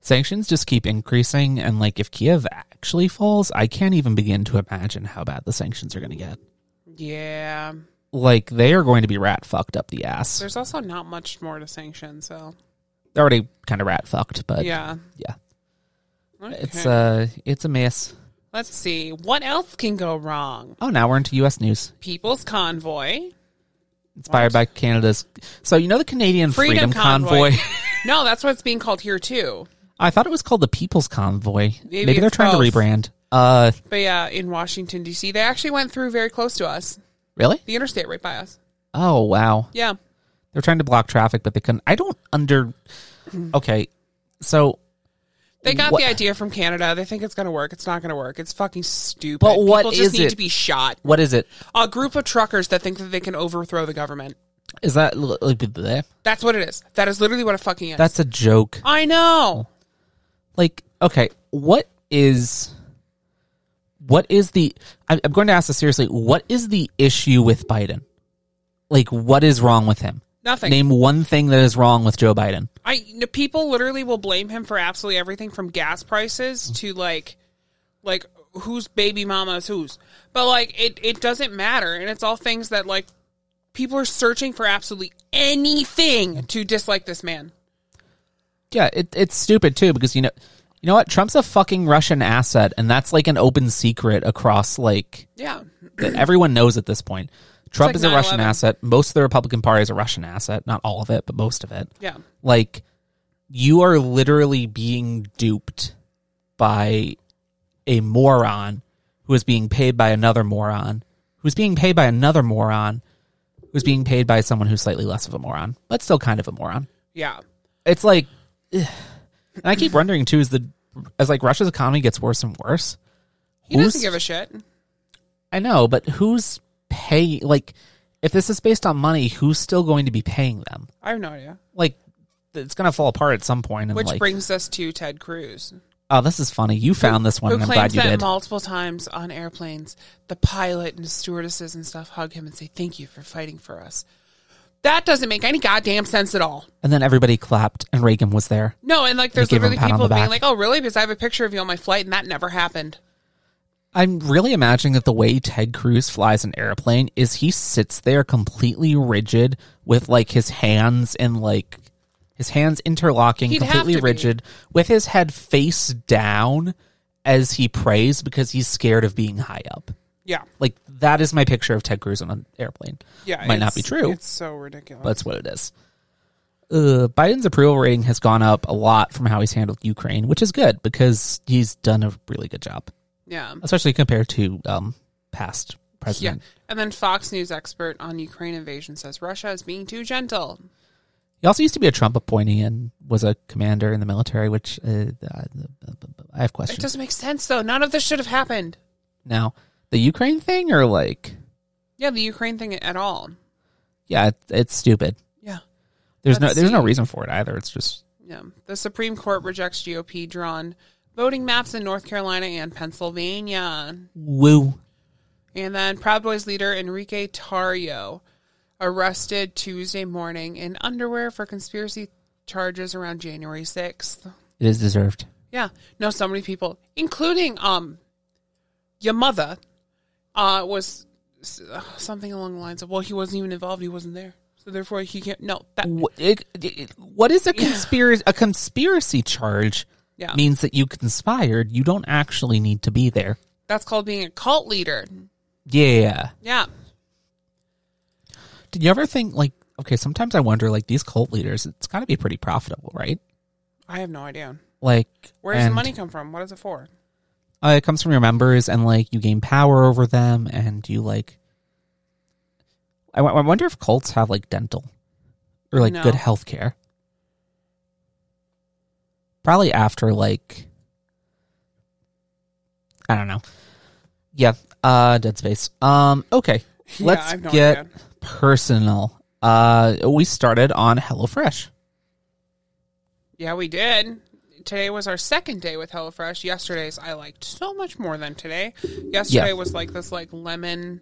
Speaker 2: sanctions just keep increasing and like if kiev actually falls i can't even begin to imagine how bad the sanctions are going to get
Speaker 1: Yeah.
Speaker 2: like they are going to be rat fucked up the ass
Speaker 1: There's also not much more to sanction, so
Speaker 2: they're already kind of rat fucked but yeah,
Speaker 1: yeah. Okay.
Speaker 2: it's uh it's a mess
Speaker 1: Let's see. What else can go wrong?
Speaker 2: oh now we're into us news
Speaker 1: People's convoy.
Speaker 2: inspired by canada's so you know the canadian freedom,
Speaker 1: Freedom
Speaker 2: convoy,
Speaker 1: Convoy. No, that's what it's being called here too.
Speaker 2: i thought it was called the people's convoy maybe, they're
Speaker 1: it's
Speaker 2: trying
Speaker 1: both.
Speaker 2: to rebrand uh
Speaker 1: But yeah, in Washington D.C., they actually went through very close to us,
Speaker 2: really
Speaker 1: the interstate right by us.
Speaker 2: oh wow
Speaker 1: Yeah.
Speaker 2: They're trying to block traffic, but they couldn't. I don't under. Okay, so
Speaker 1: They got
Speaker 2: What-
Speaker 1: the idea from Canada. They think it's going to work. It's not going to work. It's fucking stupid.
Speaker 2: But what
Speaker 1: People just
Speaker 2: is
Speaker 1: need
Speaker 2: it?
Speaker 1: to be shot.
Speaker 2: what is it?
Speaker 1: A group of truckers that think that they can overthrow the government.
Speaker 2: Is that li- like bleh?
Speaker 1: That's what it is. That is literally what it fucking is.
Speaker 2: that's a joke?
Speaker 1: I know.
Speaker 2: Like, okay, what is what is the? I- I'm going to ask this seriously. What is the issue with Biden? Like, what is wrong with him?
Speaker 1: Nothing.
Speaker 2: Name one thing that is wrong with Joe Biden.
Speaker 1: I n- people literally will blame him for absolutely everything from gas prices to like like whose baby mama is whose. But like it it doesn't matter and it's all things that like people are searching for absolutely anything to dislike this man.
Speaker 2: Yeah, it, it's stupid too because you know, you know what? Trump's a fucking Russian asset, and that's like an open secret across like
Speaker 1: Yeah.
Speaker 2: that everyone knows at this point. Trump
Speaker 1: like
Speaker 2: is a Russian
Speaker 1: 9/11.
Speaker 2: asset. Most of the Republican Party is a Russian asset. Not all of it, but most of it.
Speaker 1: Yeah.
Speaker 2: Like, you are literally being duped by a moron who is being paid by another moron, who's being paid by another moron, who's being paid by someone who's slightly less of a moron, but still kind of a moron.
Speaker 1: Yeah.
Speaker 2: It's like, ugh. and I keep wondering too, is the as like Russia's economy gets worse and worse,
Speaker 1: He
Speaker 2: Who's-
Speaker 1: doesn't give a shit.
Speaker 2: I know, but who's paying? Like, if this is based on money, who's still going to be paying them?
Speaker 1: I have no idea.
Speaker 2: Like, it's going to fall apart at some point. And
Speaker 1: Which
Speaker 2: like,
Speaker 1: brings us to Ted Cruz,
Speaker 2: oh, this is funny. You found this one,
Speaker 1: who
Speaker 2: and I'm
Speaker 1: claims
Speaker 2: glad you
Speaker 1: that
Speaker 2: did.
Speaker 1: multiple times on airplanes, the pilot and stewardesses and stuff hug him and say, Thank you for fighting for us. That doesn't make any goddamn sense at all.
Speaker 2: and then everybody clapped, and Reagan was there.
Speaker 1: No, and like there's
Speaker 2: give him a
Speaker 1: literally
Speaker 2: pat on
Speaker 1: people
Speaker 2: the
Speaker 1: being like,
Speaker 2: back.
Speaker 1: "Oh, really?" Because I have a picture of you on my flight, and that never happened.
Speaker 2: I'm really imagining that the way Ted Cruz flies an airplane is he sits there completely rigid with like his hands and like his hands interlocking,
Speaker 1: He'd have
Speaker 2: completely
Speaker 1: to be.
Speaker 2: rigid, with his head face down as he prays because he's scared of being high up.
Speaker 1: Yeah,
Speaker 2: Like that is my picture of Ted Cruz on an airplane.
Speaker 1: yeah,
Speaker 2: might not
Speaker 1: it's-
Speaker 2: be true,
Speaker 1: It's so ridiculous.
Speaker 2: but it's what it is. Uh, Biden's approval rating has gone up a lot from how he's handled Ukraine, which is good because he's done a really good job,
Speaker 1: yeah,
Speaker 2: especially compared to um, past
Speaker 1: yeah.
Speaker 2: president.
Speaker 1: And then Fox News expert on Ukraine invasion says Russia is being too gentle.
Speaker 2: He also used to be a Trump appointee and was a commander in the military, which uh, I have
Speaker 1: It
Speaker 2: questions.
Speaker 1: doesn't make sense though. None of this should have happened.
Speaker 2: now, the Ukraine thing, or like,
Speaker 1: Yeah, the Ukraine thing at all.
Speaker 2: yeah, it, it's stupid.
Speaker 1: Yeah,
Speaker 2: There's
Speaker 1: Let's
Speaker 2: no, there's no
Speaker 1: see.
Speaker 2: reason for it either. It's just
Speaker 1: yeah. The Supreme Court rejects GOP drawn voting maps in North Carolina and Pennsylvania.
Speaker 2: woo.
Speaker 1: And then Proud Boys leader Enrique Tario arrested Tuesday morning in underwear for conspiracy charges around January 6th.
Speaker 2: It is deserved.
Speaker 1: Yeah, no, so many people, including um, your mother, uh, was uh, something along the lines of, "Well, he wasn't even involved; he wasn't there, so therefore he can't." No, that
Speaker 2: What, it, it- what is a conspiracy? A conspiracy charge
Speaker 1: yeah,
Speaker 2: means that you conspired. You don't actually need to be there.
Speaker 1: that's called being a cult leader.
Speaker 2: Yeah.
Speaker 1: Yeah,
Speaker 2: Did you ever think like? Okay, sometimes I wonder like these cult leaders. It's got to be pretty profitable, right?
Speaker 1: I have no idea.
Speaker 2: Like,
Speaker 1: Where does
Speaker 2: and-
Speaker 1: the money come from? What is it for?
Speaker 2: Uh, it comes from your members, and like you gain power over them, and you like. I, w- I wonder if cults have like dental or like
Speaker 1: No.
Speaker 2: good health care. Probably after like. I don't know. Yeah. Uh, Dead Space. Um. Okay.
Speaker 1: Yeah,
Speaker 2: Let's
Speaker 1: I have no
Speaker 2: get
Speaker 1: idea.
Speaker 2: personal. Uh, we started on HelloFresh.
Speaker 1: Yeah, we did. Today was our second day with HelloFresh. Yesterday's I liked so much more than today. Yesterday
Speaker 2: Yeah.
Speaker 1: was like this like lemon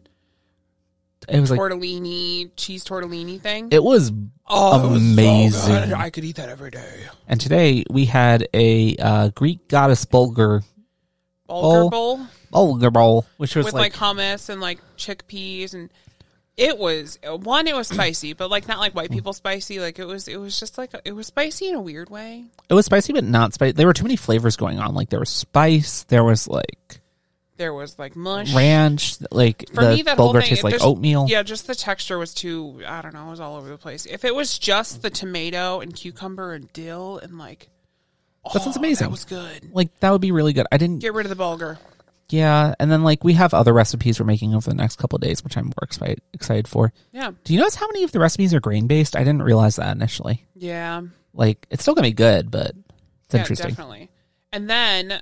Speaker 2: It was like
Speaker 1: tortellini, cheese tortellini thing.
Speaker 2: it was
Speaker 1: oh, it was so
Speaker 2: amazing.
Speaker 1: good. I could eat that every day.
Speaker 2: And today we had a uh, Greek goddess bulgur
Speaker 1: Bulgur
Speaker 2: Oh,
Speaker 1: bowl
Speaker 2: bulgur bowl, which was
Speaker 1: with
Speaker 2: like,
Speaker 1: like, hummus and like chickpeas and it was one it was spicy, but like not like white people spicy, like it was it was just like it was spicy in a weird way.
Speaker 2: it was spicy but not spicy. There were too many flavors going on. Like there was spice, there was like
Speaker 1: There was like mush.
Speaker 2: ranch, like
Speaker 1: For
Speaker 2: the
Speaker 1: me, that whole
Speaker 2: bulgur
Speaker 1: thing
Speaker 2: tastes
Speaker 1: it
Speaker 2: like
Speaker 1: just-
Speaker 2: oatmeal.
Speaker 1: Yeah, just the texture was too. I don't know. It was all over the place. If it was just the tomato and cucumber and dill and like, oh,
Speaker 2: sounds amazing.
Speaker 1: That was good.
Speaker 2: Like that would be really good. I didn't.
Speaker 1: Get rid of the bulgur.
Speaker 2: Yeah, and then like we have other recipes we're making over the next couple of days, which I'm more excited excited for.
Speaker 1: Yeah,
Speaker 2: Do you notice how many of the recipes are grain based? I didn't realize that initially.
Speaker 1: yeah,
Speaker 2: Like it's still gonna be good, but it's
Speaker 1: yeah,
Speaker 2: interesting.
Speaker 1: definitely. And then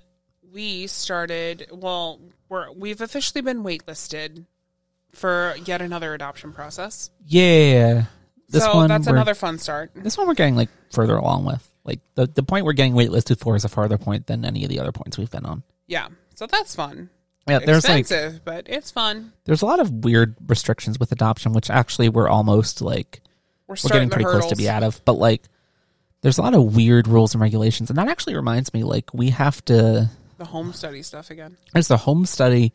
Speaker 1: we started. Well, we're we've officially been waitlisted for yet another adoption process.
Speaker 2: Yeah, this
Speaker 1: so
Speaker 2: one
Speaker 1: that's
Speaker 2: we're-
Speaker 1: another fun start.
Speaker 2: This one we're getting like further along with. Like the, the point we're getting waitlisted for is a farther point than any of the other points we've been on.
Speaker 1: Yeah, so that's fun.
Speaker 2: Yeah, there's like
Speaker 1: Expensive, but it's fun.
Speaker 2: there's a lot of weird restrictions with adoption, which actually we're almost like
Speaker 1: We're
Speaker 2: we're
Speaker 1: starting
Speaker 2: getting pretty
Speaker 1: the
Speaker 2: close
Speaker 1: hurdles.
Speaker 2: to be out of. But like there's a lot of weird rules and regulations. And that actually reminds me, like, we have to
Speaker 1: the home study stuff again.
Speaker 2: there's the home study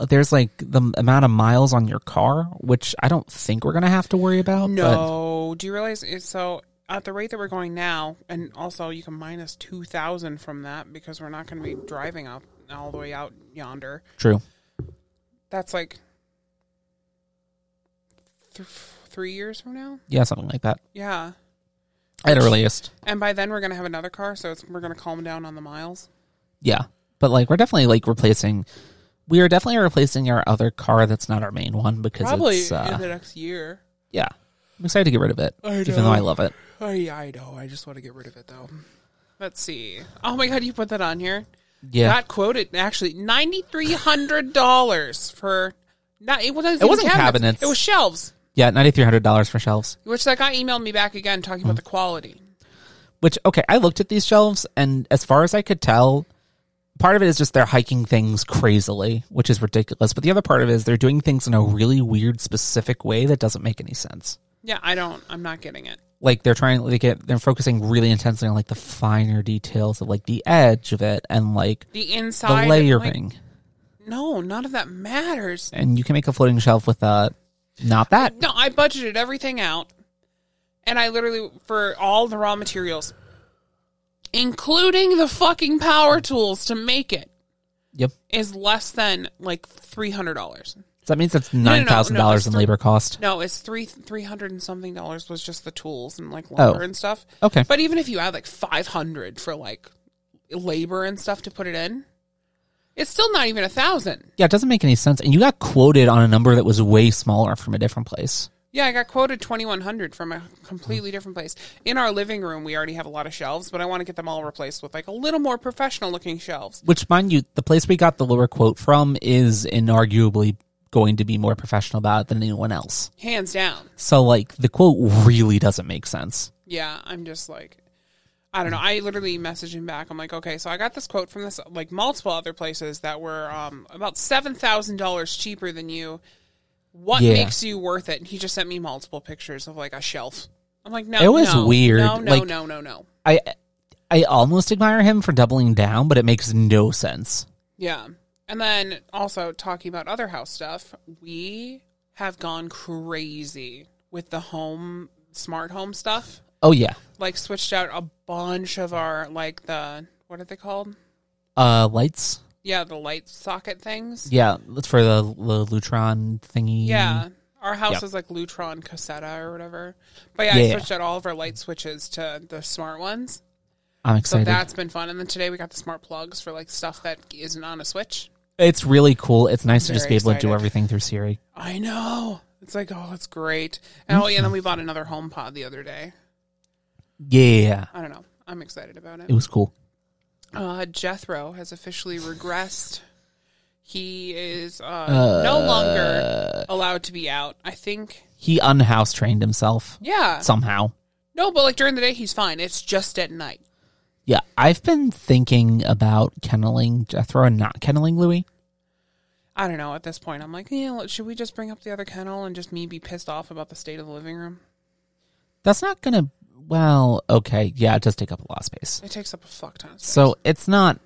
Speaker 2: uh, there's like the m- amount of miles on your car, which I don't think we're gonna have to worry about. but
Speaker 1: No. Do you realize? it- So at the rate that we're going now, and also you can minus two thousand from that because we're not going to be driving out all the way out yonder.
Speaker 2: true.
Speaker 1: That's like th- three years from now.
Speaker 2: Yeah, something like that.
Speaker 1: Yeah,
Speaker 2: At earliest.
Speaker 1: and by then we're going to have another car, so it's, we're going to calm down on the miles.
Speaker 2: Yeah. But like we're definitely like replacing we are definitely replacing our other car that's not our main one because
Speaker 1: Probably
Speaker 2: it's uh,
Speaker 1: in the next year.
Speaker 2: yeah. I'm excited to get rid of it.
Speaker 1: I
Speaker 2: even
Speaker 1: know.
Speaker 2: though I love it.
Speaker 1: Oh, yeah, I know. I just want to get rid of it though. Let's see. Oh my god, you put that on here.
Speaker 2: Yeah.
Speaker 1: Not quoted. Actually, ninety three hundred dollars for not. It wasn't.
Speaker 2: It wasn't
Speaker 1: even
Speaker 2: cabinets.
Speaker 1: It was shelves.
Speaker 2: yeah, ninety three hundred dollars for shelves.
Speaker 1: Which that guy emailed me back again talking about the quality.
Speaker 2: Which okay, I looked at these shelves and as far as I could tell, part of it is just they're hiking things crazily, which is ridiculous. But the other part of it is they're doing things in a really weird specific way that doesn't make any sense.
Speaker 1: Yeah, I don't. I'm not getting it.
Speaker 2: like they're trying they get they're focusing really intensely on like the finer details of like the edge of it and like
Speaker 1: The
Speaker 2: the
Speaker 1: inside like,
Speaker 2: layering
Speaker 1: no, none of that matters.
Speaker 2: and you can make a floating shelf with uh not that
Speaker 1: No, I budgeted everything out, and I literally for all the raw materials, including the fucking power tools to make it,
Speaker 2: yep
Speaker 1: is less than like three hundred dollars.
Speaker 2: so that means that's
Speaker 1: no,
Speaker 2: nine
Speaker 1: no,
Speaker 2: thousand dollars
Speaker 1: it's
Speaker 2: in
Speaker 1: three-
Speaker 2: labor cost
Speaker 1: No, it's three three hundred and something dollars was just the tools and like lumber
Speaker 2: Oh.
Speaker 1: and stuff.
Speaker 2: Okay.
Speaker 1: but even if you add like five hundred for like labor and stuff to put it in, it's still not even a thousand.
Speaker 2: yeah it doesn't make any sense and you got quoted on a number that was way smaller from a different place
Speaker 1: Yeah, I got quoted twenty one hundred from a
Speaker 2: Oh.
Speaker 1: completely different place. In our living room, we already have a lot of shelves, but I want to get them all replaced with like a little more professional looking shelves.
Speaker 2: which mind you the place we got the lower quote from is inarguably going to be more professional about it than anyone else
Speaker 1: Hands down.
Speaker 2: so like the quote really doesn't make sense
Speaker 1: Yeah, I'm just like, I don't know. I literally messaged him back. I'm like, okay, so I got this quote from this like multiple other places that were um, about seven thousand dollars cheaper than you. What
Speaker 2: Yeah.
Speaker 1: makes you worth it? And he just sent me multiple pictures of like a shelf. I'm like, no,
Speaker 2: It was
Speaker 1: no,
Speaker 2: weird,
Speaker 1: No, no,
Speaker 2: like-
Speaker 1: no, no, no.
Speaker 2: I I almost admire him for doubling down, but it makes no sense.
Speaker 1: Yeah. And then also talking about other house stuff, we have gone crazy with the home smart home stuff.
Speaker 2: Oh yeah.
Speaker 1: Like switched out a bunch of our like the what are they called?
Speaker 2: Uh lights.
Speaker 1: Yeah, the light socket things.
Speaker 2: Yeah, that's for the, the Lutron thingy.
Speaker 1: Yeah. Mm-hmm. Our house
Speaker 2: Yeah.
Speaker 1: is like Lutron Casetta or whatever. But yeah,
Speaker 2: Yeah.
Speaker 1: I switched out all of our light switches to the smart ones.
Speaker 2: I'm
Speaker 1: So
Speaker 2: excited.
Speaker 1: that's been fun. And then today we got the smart plugs for like stuff that isn't on a Switch.
Speaker 2: it's really cool. It's nice to just
Speaker 1: Very
Speaker 2: be able to do
Speaker 1: excited.
Speaker 2: everything through Siri.
Speaker 1: I know. It's like, oh, that's great. And oh, yeah, and then we bought another home pod the other day.
Speaker 2: Yeah,
Speaker 1: I don't know. I'm excited about
Speaker 2: it
Speaker 1: it.
Speaker 2: was cool.
Speaker 1: Uh, Jethro has officially regressed. He is uh, no longer allowed to be out. I think.
Speaker 2: He unhouse trained himself
Speaker 1: Yeah.
Speaker 2: somehow.
Speaker 1: No, but like during the day, he's fine. It's just at night.
Speaker 2: Yeah, I've been thinking about kenneling Jethro and not kenneling Louis.
Speaker 1: I don't know. At this point, I'm like, yeah, let- should we just bring up the other kennel and just me be pissed off about the state of the living room?
Speaker 2: That's not gonna. Well, okay, yeah, it does take up a lot of space.
Speaker 1: It takes up a fuck ton of space.
Speaker 2: So it's not.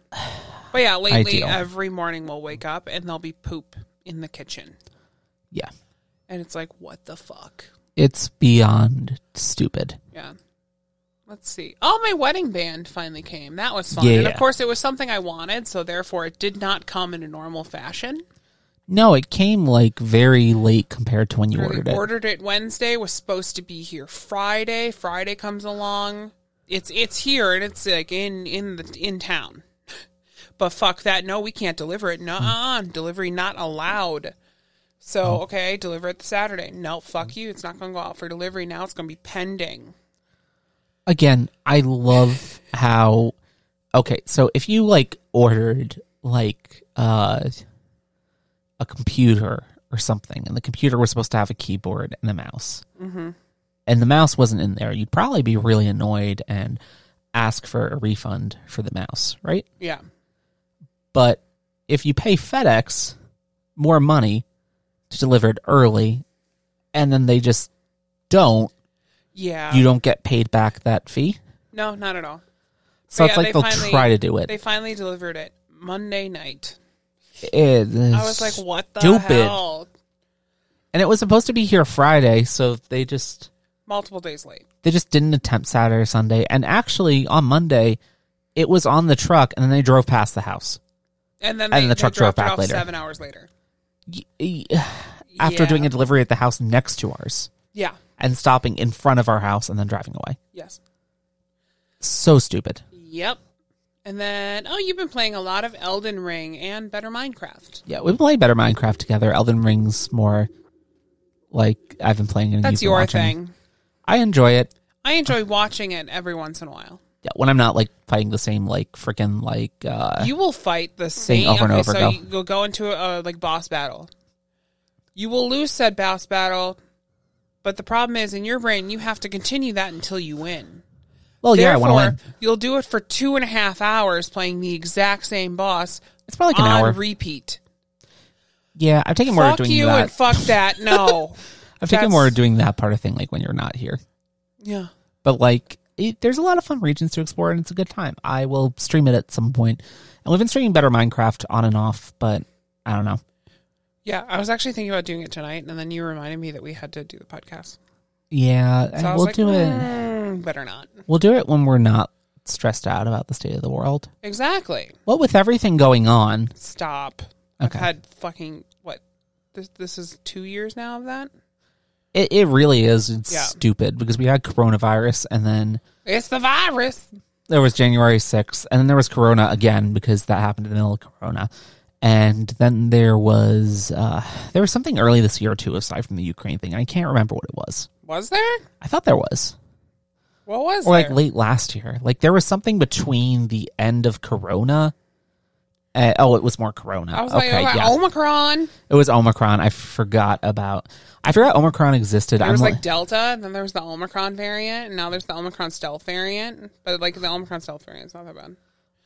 Speaker 1: But yeah, lately,
Speaker 2: Ideal.
Speaker 1: every morning we'll wake up and there'll be poop in the kitchen.
Speaker 2: Yeah,
Speaker 1: And it's like, what the fuck?
Speaker 2: it's beyond stupid.
Speaker 1: Yeah. Let's see. Oh, my wedding band finally came. That was fun. And of
Speaker 2: Yeah.
Speaker 1: course, it was something I wanted, so therefore it did not come in a normal fashion.
Speaker 2: No, it came like very late compared to when you
Speaker 1: We
Speaker 2: ordered it.
Speaker 1: ordered it Wednesday, was supposed to be here Friday. Friday comes along. It's it's here and it's like in in the in town. But fuck that. No, we can't deliver it.
Speaker 2: Hmm.
Speaker 1: No, uh delivery not allowed.
Speaker 2: Oh.
Speaker 1: So, okay, deliver it the Saturday. No, fuck you. It's not going to go out for delivery now. It's going to be pending.
Speaker 2: Again, I love how. Okay, so if you like ordered like uh, a computer or something, and the computer was supposed to have a keyboard and a mouse, and the mouse wasn't in there, you'd probably be really annoyed and ask for a refund for the mouse, right?
Speaker 1: Yeah.
Speaker 2: But if you pay FedEx more money to deliver it early, and then they just don't,
Speaker 1: Yeah.
Speaker 2: you don't get paid back that fee.
Speaker 1: no, not at all.
Speaker 2: So
Speaker 1: Yeah,
Speaker 2: it's like
Speaker 1: they
Speaker 2: they'll
Speaker 1: finally-
Speaker 2: try to do it.
Speaker 1: They finally delivered it Monday night.
Speaker 2: It is
Speaker 1: I was like, "What the
Speaker 2: stupid.
Speaker 1: hell?"
Speaker 2: and it was supposed to be here Friday, so they just
Speaker 1: Multiple days late.
Speaker 2: they just didn't attempt Saturday or Sunday. And actually, on Monday, it was on the truck, and then they drove past the house
Speaker 1: And then
Speaker 2: And
Speaker 1: they,
Speaker 2: the
Speaker 1: they
Speaker 2: truck drove
Speaker 1: dropped
Speaker 2: back
Speaker 1: it off
Speaker 2: later.
Speaker 1: seven hours later.
Speaker 2: Y- y- after
Speaker 1: Yeah.
Speaker 2: doing a delivery at the house next to ours
Speaker 1: Yeah.
Speaker 2: and stopping in front of our house and then driving away.
Speaker 1: Yes.
Speaker 2: So stupid.
Speaker 1: Yep. And then, oh, you've been playing a lot of Elden Ring and Better Minecraft.
Speaker 2: Yeah, we've played better Minecraft together. Elden Ring's more like I've been playing it. and you've
Speaker 1: That's
Speaker 2: been
Speaker 1: your
Speaker 2: watching.
Speaker 1: thing.
Speaker 2: I enjoy it.
Speaker 1: I enjoy watching it every once in a while.
Speaker 2: Yeah, when I'm not like fighting the same like freaking like uh
Speaker 1: You will fight the same
Speaker 2: over and
Speaker 1: okay,
Speaker 2: over,
Speaker 1: So
Speaker 2: go.
Speaker 1: you- you'll go into a like boss battle. You will lose said boss battle, but the problem is in your brain you have to continue that until you win.
Speaker 2: well Oh, yeah I want to
Speaker 1: Therefore,
Speaker 2: win.
Speaker 1: you'll do it for two and a half hours playing the exact same boss
Speaker 2: It's probably like an
Speaker 1: on
Speaker 2: hour.
Speaker 1: repeat.
Speaker 2: yeah, I've taken more of
Speaker 1: Fuck
Speaker 2: doing
Speaker 1: you
Speaker 2: that.
Speaker 1: and fuck that. No.
Speaker 2: I've taken
Speaker 1: that's-
Speaker 2: more of doing that part of thing like when you're not here.
Speaker 1: yeah.
Speaker 2: But like it, there's a lot of fun regions to explore and it's a good time. I will stream it at some point. And we've been streaming better Minecraft on and off, but I don't know.
Speaker 1: Yeah. I was actually thinking about doing it tonight, and then you reminded me that we had to do the podcast.
Speaker 2: Yeah,
Speaker 1: So I
Speaker 2: and
Speaker 1: was
Speaker 2: we'll
Speaker 1: like,
Speaker 2: do it.
Speaker 1: "Mm, better not.
Speaker 2: We'll do it when we're not stressed out about the state of the world.
Speaker 1: Exactly.
Speaker 2: Well, with everything going on,
Speaker 1: Stop. I've
Speaker 2: Okay.
Speaker 1: had fucking what? This this is two years now of that.
Speaker 2: it, it really is it's
Speaker 1: Yeah.
Speaker 2: stupid because we had coronavirus and then
Speaker 1: It's the virus.
Speaker 2: there was January 6th and then there was Corona again because that happened in the middle of Corona. And then there was uh, there was something early this year too, aside from the Ukraine thing. I can't remember what it was.
Speaker 1: Was there?
Speaker 2: I thought there was,
Speaker 1: What was
Speaker 2: or like
Speaker 1: there?
Speaker 2: late last year. Like there was something between the end of Corona. Uh, oh, it was more Corona.
Speaker 1: I was
Speaker 2: okay,
Speaker 1: like,
Speaker 2: yeah.
Speaker 1: oh, Omicron.
Speaker 2: It was Omicron. I forgot about. I forgot Omicron existed.
Speaker 1: There
Speaker 2: I'm
Speaker 1: was like
Speaker 2: like-
Speaker 1: Delta, and then there was the Omicron variant, and now there's the Omicron stealth variant. But like the Omicron stealth variant is not that bad.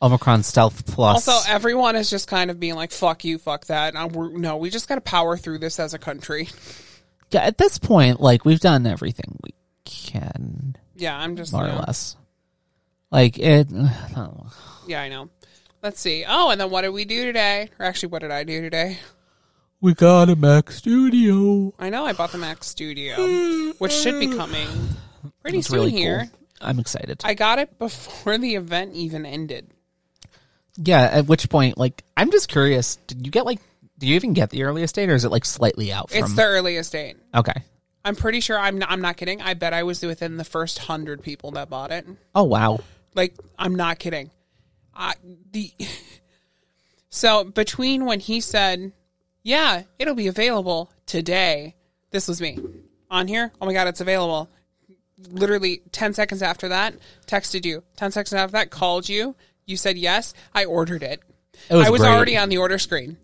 Speaker 2: Omicron Stealth Plus.
Speaker 1: Also, eh everyone is just kind of being like, "Fuck you, fuck that." And we're, no, we just got to power through this as a country.
Speaker 2: yeah, at this point, like we've done everything we can,
Speaker 1: Yeah, I'm just
Speaker 2: more
Speaker 1: you
Speaker 2: or
Speaker 1: know.
Speaker 2: less. Like it. I don't know.
Speaker 1: Yeah, I know. Let's see. Oh, and then what did we do today? Or actually, what did I do today?
Speaker 2: We got a Mac Studio.
Speaker 1: I know I bought the Mac Studio, which should be coming pretty
Speaker 2: It's
Speaker 1: soon
Speaker 2: really
Speaker 1: here.
Speaker 2: cool. I'm excited.
Speaker 1: I got it before the event even ended.
Speaker 2: yeah. At which point, like, I'm just curious. Did you get like? Do you even get the earliest date, or is it like slightly out from?
Speaker 1: It's the earliest date.
Speaker 2: okay.
Speaker 1: I'm pretty sure I'm not, I'm not kidding. I bet I was within the first hundred people that bought it.
Speaker 2: Oh wow.
Speaker 1: Like I'm not kidding. I the So between when he said, "Yeah, it'll be available today." This was me. On here. Oh my god, it's available. Literally 10 seconds after that, texted you. 10 seconds after that, called you. You said yes. I ordered it.
Speaker 2: It was
Speaker 1: I was
Speaker 2: great.
Speaker 1: already on the order screen.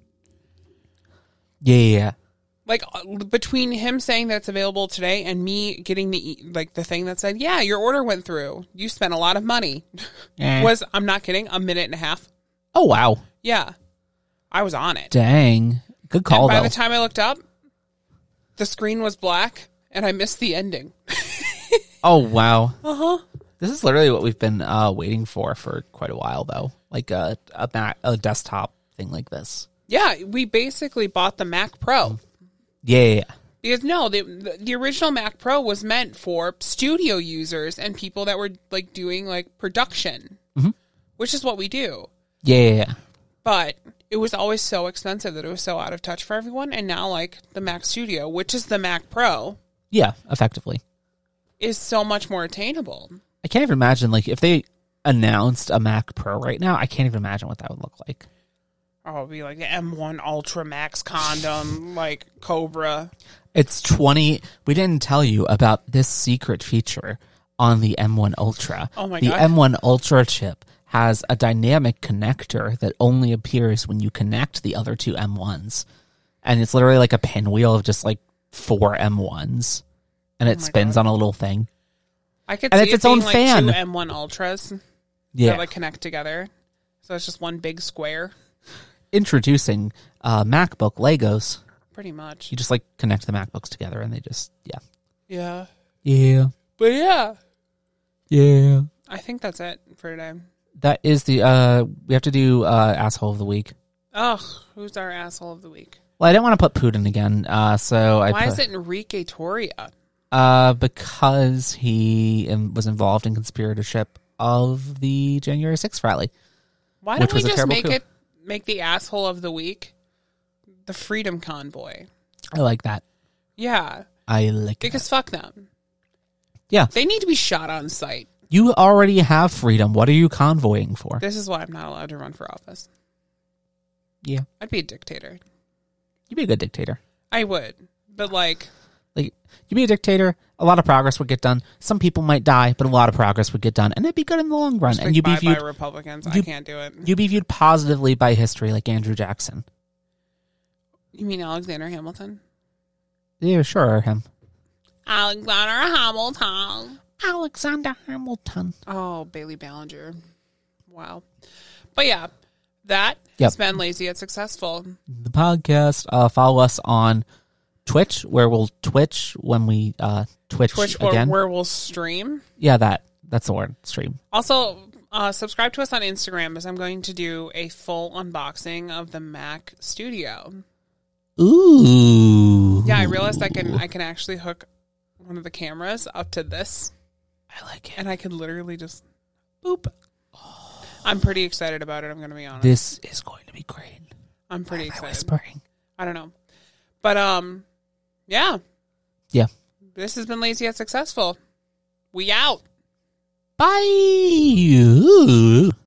Speaker 2: Yeah, yeah, yeah.
Speaker 1: like uh, between him saying that it's available today and me getting the e- like the thing that said yeah your order went through you spent a lot of money
Speaker 2: Eh.
Speaker 1: was i'm not kidding a minute and a half
Speaker 2: Oh wow,
Speaker 1: yeah i was on it
Speaker 2: dang, good
Speaker 1: and
Speaker 2: call
Speaker 1: by
Speaker 2: though.
Speaker 1: the time i looked up the screen was black and i missed the ending
Speaker 2: oh wow, uh huh.
Speaker 1: Uh-huh.
Speaker 2: This is literally what we've been uh, waiting for for quite a while though, like a a, ma- a desktop thing like this.
Speaker 1: yeah we basically bought the mac pro
Speaker 2: Yeah, yeah, yeah.
Speaker 1: because no the, the- the original mac pro was meant for studio users and people that were like doing like production which is what we do
Speaker 2: yeah, yeah, yeah.
Speaker 1: but it was always so expensive that it was so out of touch for everyone. And now, like the Mac Studio, which is the Mac Pro,
Speaker 2: Yeah, effectively.
Speaker 1: is so much more attainable.
Speaker 2: I can't even imagine like if they announced a Mac Pro right now. I can't even imagine what that would look like.
Speaker 1: Oh, it'd be like the M1 Ultra Max condom, like Cobra.
Speaker 2: It's twenty. We didn't tell you about this secret feature on the M1 Ultra.
Speaker 1: Oh my
Speaker 2: the
Speaker 1: God.
Speaker 2: M1 Ultra chip has a dynamic connector that only appears when you connect the other two M1s, and it's literally like a pinwheel of just like four M1s, and
Speaker 1: Oh
Speaker 2: it spins on a little thing.
Speaker 1: I could
Speaker 2: And
Speaker 1: see
Speaker 2: it's
Speaker 1: it
Speaker 2: its own
Speaker 1: being,
Speaker 2: fan.
Speaker 1: Like, two M1 Ultras
Speaker 2: Yeah,
Speaker 1: that like connect together, so it's just one big square,
Speaker 2: introducing uh, MacBook Legos.
Speaker 1: pretty much.
Speaker 2: You just like connect the MacBooks together, and they just yeah,
Speaker 1: Yeah,
Speaker 2: yeah,
Speaker 1: but yeah,
Speaker 2: yeah.
Speaker 1: I think that's it for today.
Speaker 2: That is the uh we have to do uh asshole of the week.
Speaker 1: Ugh, who's our asshole of the week?
Speaker 2: Well, I didn't want to put Putin again, uh, so I
Speaker 1: Why
Speaker 2: put,
Speaker 1: is it Enrique Toria?
Speaker 2: uh because he in, was involved in conspiratorship of the January sixth rally.
Speaker 1: Why
Speaker 2: Which
Speaker 1: don't we
Speaker 2: was a
Speaker 1: just
Speaker 2: terrible
Speaker 1: make
Speaker 2: coup.
Speaker 1: it make the asshole of the week the freedom convoy?
Speaker 2: I like that.
Speaker 1: Yeah,
Speaker 2: I like it.
Speaker 1: because fuck them.
Speaker 2: Yeah,
Speaker 1: They need to be shot on sight.
Speaker 2: you already have freedom. What are you convoying for?
Speaker 1: This is why I'm not allowed to run for office.
Speaker 2: Yeah,
Speaker 1: I'd be a dictator.
Speaker 2: you'd be a good dictator.
Speaker 1: I would, but like,
Speaker 2: Like you'd be a dictator. A lot of progress would get done. Some people might die, but a lot of progress would get done, and it'd be good in the long run.
Speaker 1: like
Speaker 2: And you'd be
Speaker 1: bye bye
Speaker 2: viewed
Speaker 1: Republicans. I
Speaker 2: you-
Speaker 1: can't do it. You,
Speaker 2: you'd be viewed positively by history, like Andrew Jackson.
Speaker 1: mean Alexander Hamilton?
Speaker 2: Yeah, sure, him.
Speaker 1: Alexander Hamilton.
Speaker 2: Alexander Hamilton.
Speaker 1: Oh, Bailey Ballinger. Wow. But yeah, that
Speaker 2: Yep.
Speaker 1: has been lazy and successful.
Speaker 2: The podcast. Uh, follow us on Twitch, where we'll Twitch when we uh, Twitch,
Speaker 1: Twitch where,
Speaker 2: again.
Speaker 1: where we'll stream.
Speaker 2: yeah, that that's the word. Stream.
Speaker 1: Also, uh, subscribe to us on Instagram as I'm going to do a full unboxing of the Mac Studio.
Speaker 2: Ooh.
Speaker 1: Yeah, I realized I can I can actually hook one of the cameras up to this,
Speaker 2: I like it.
Speaker 1: and I can literally just boop. I'm pretty excited about it. I'm going to be honest.
Speaker 2: This is going to be great.
Speaker 1: I'm pretty
Speaker 2: My
Speaker 1: excited.
Speaker 2: whispering.
Speaker 1: I don't know, but um, yeah,
Speaker 2: Yeah.
Speaker 1: this has been lazy yet successful. We out.
Speaker 2: Bye.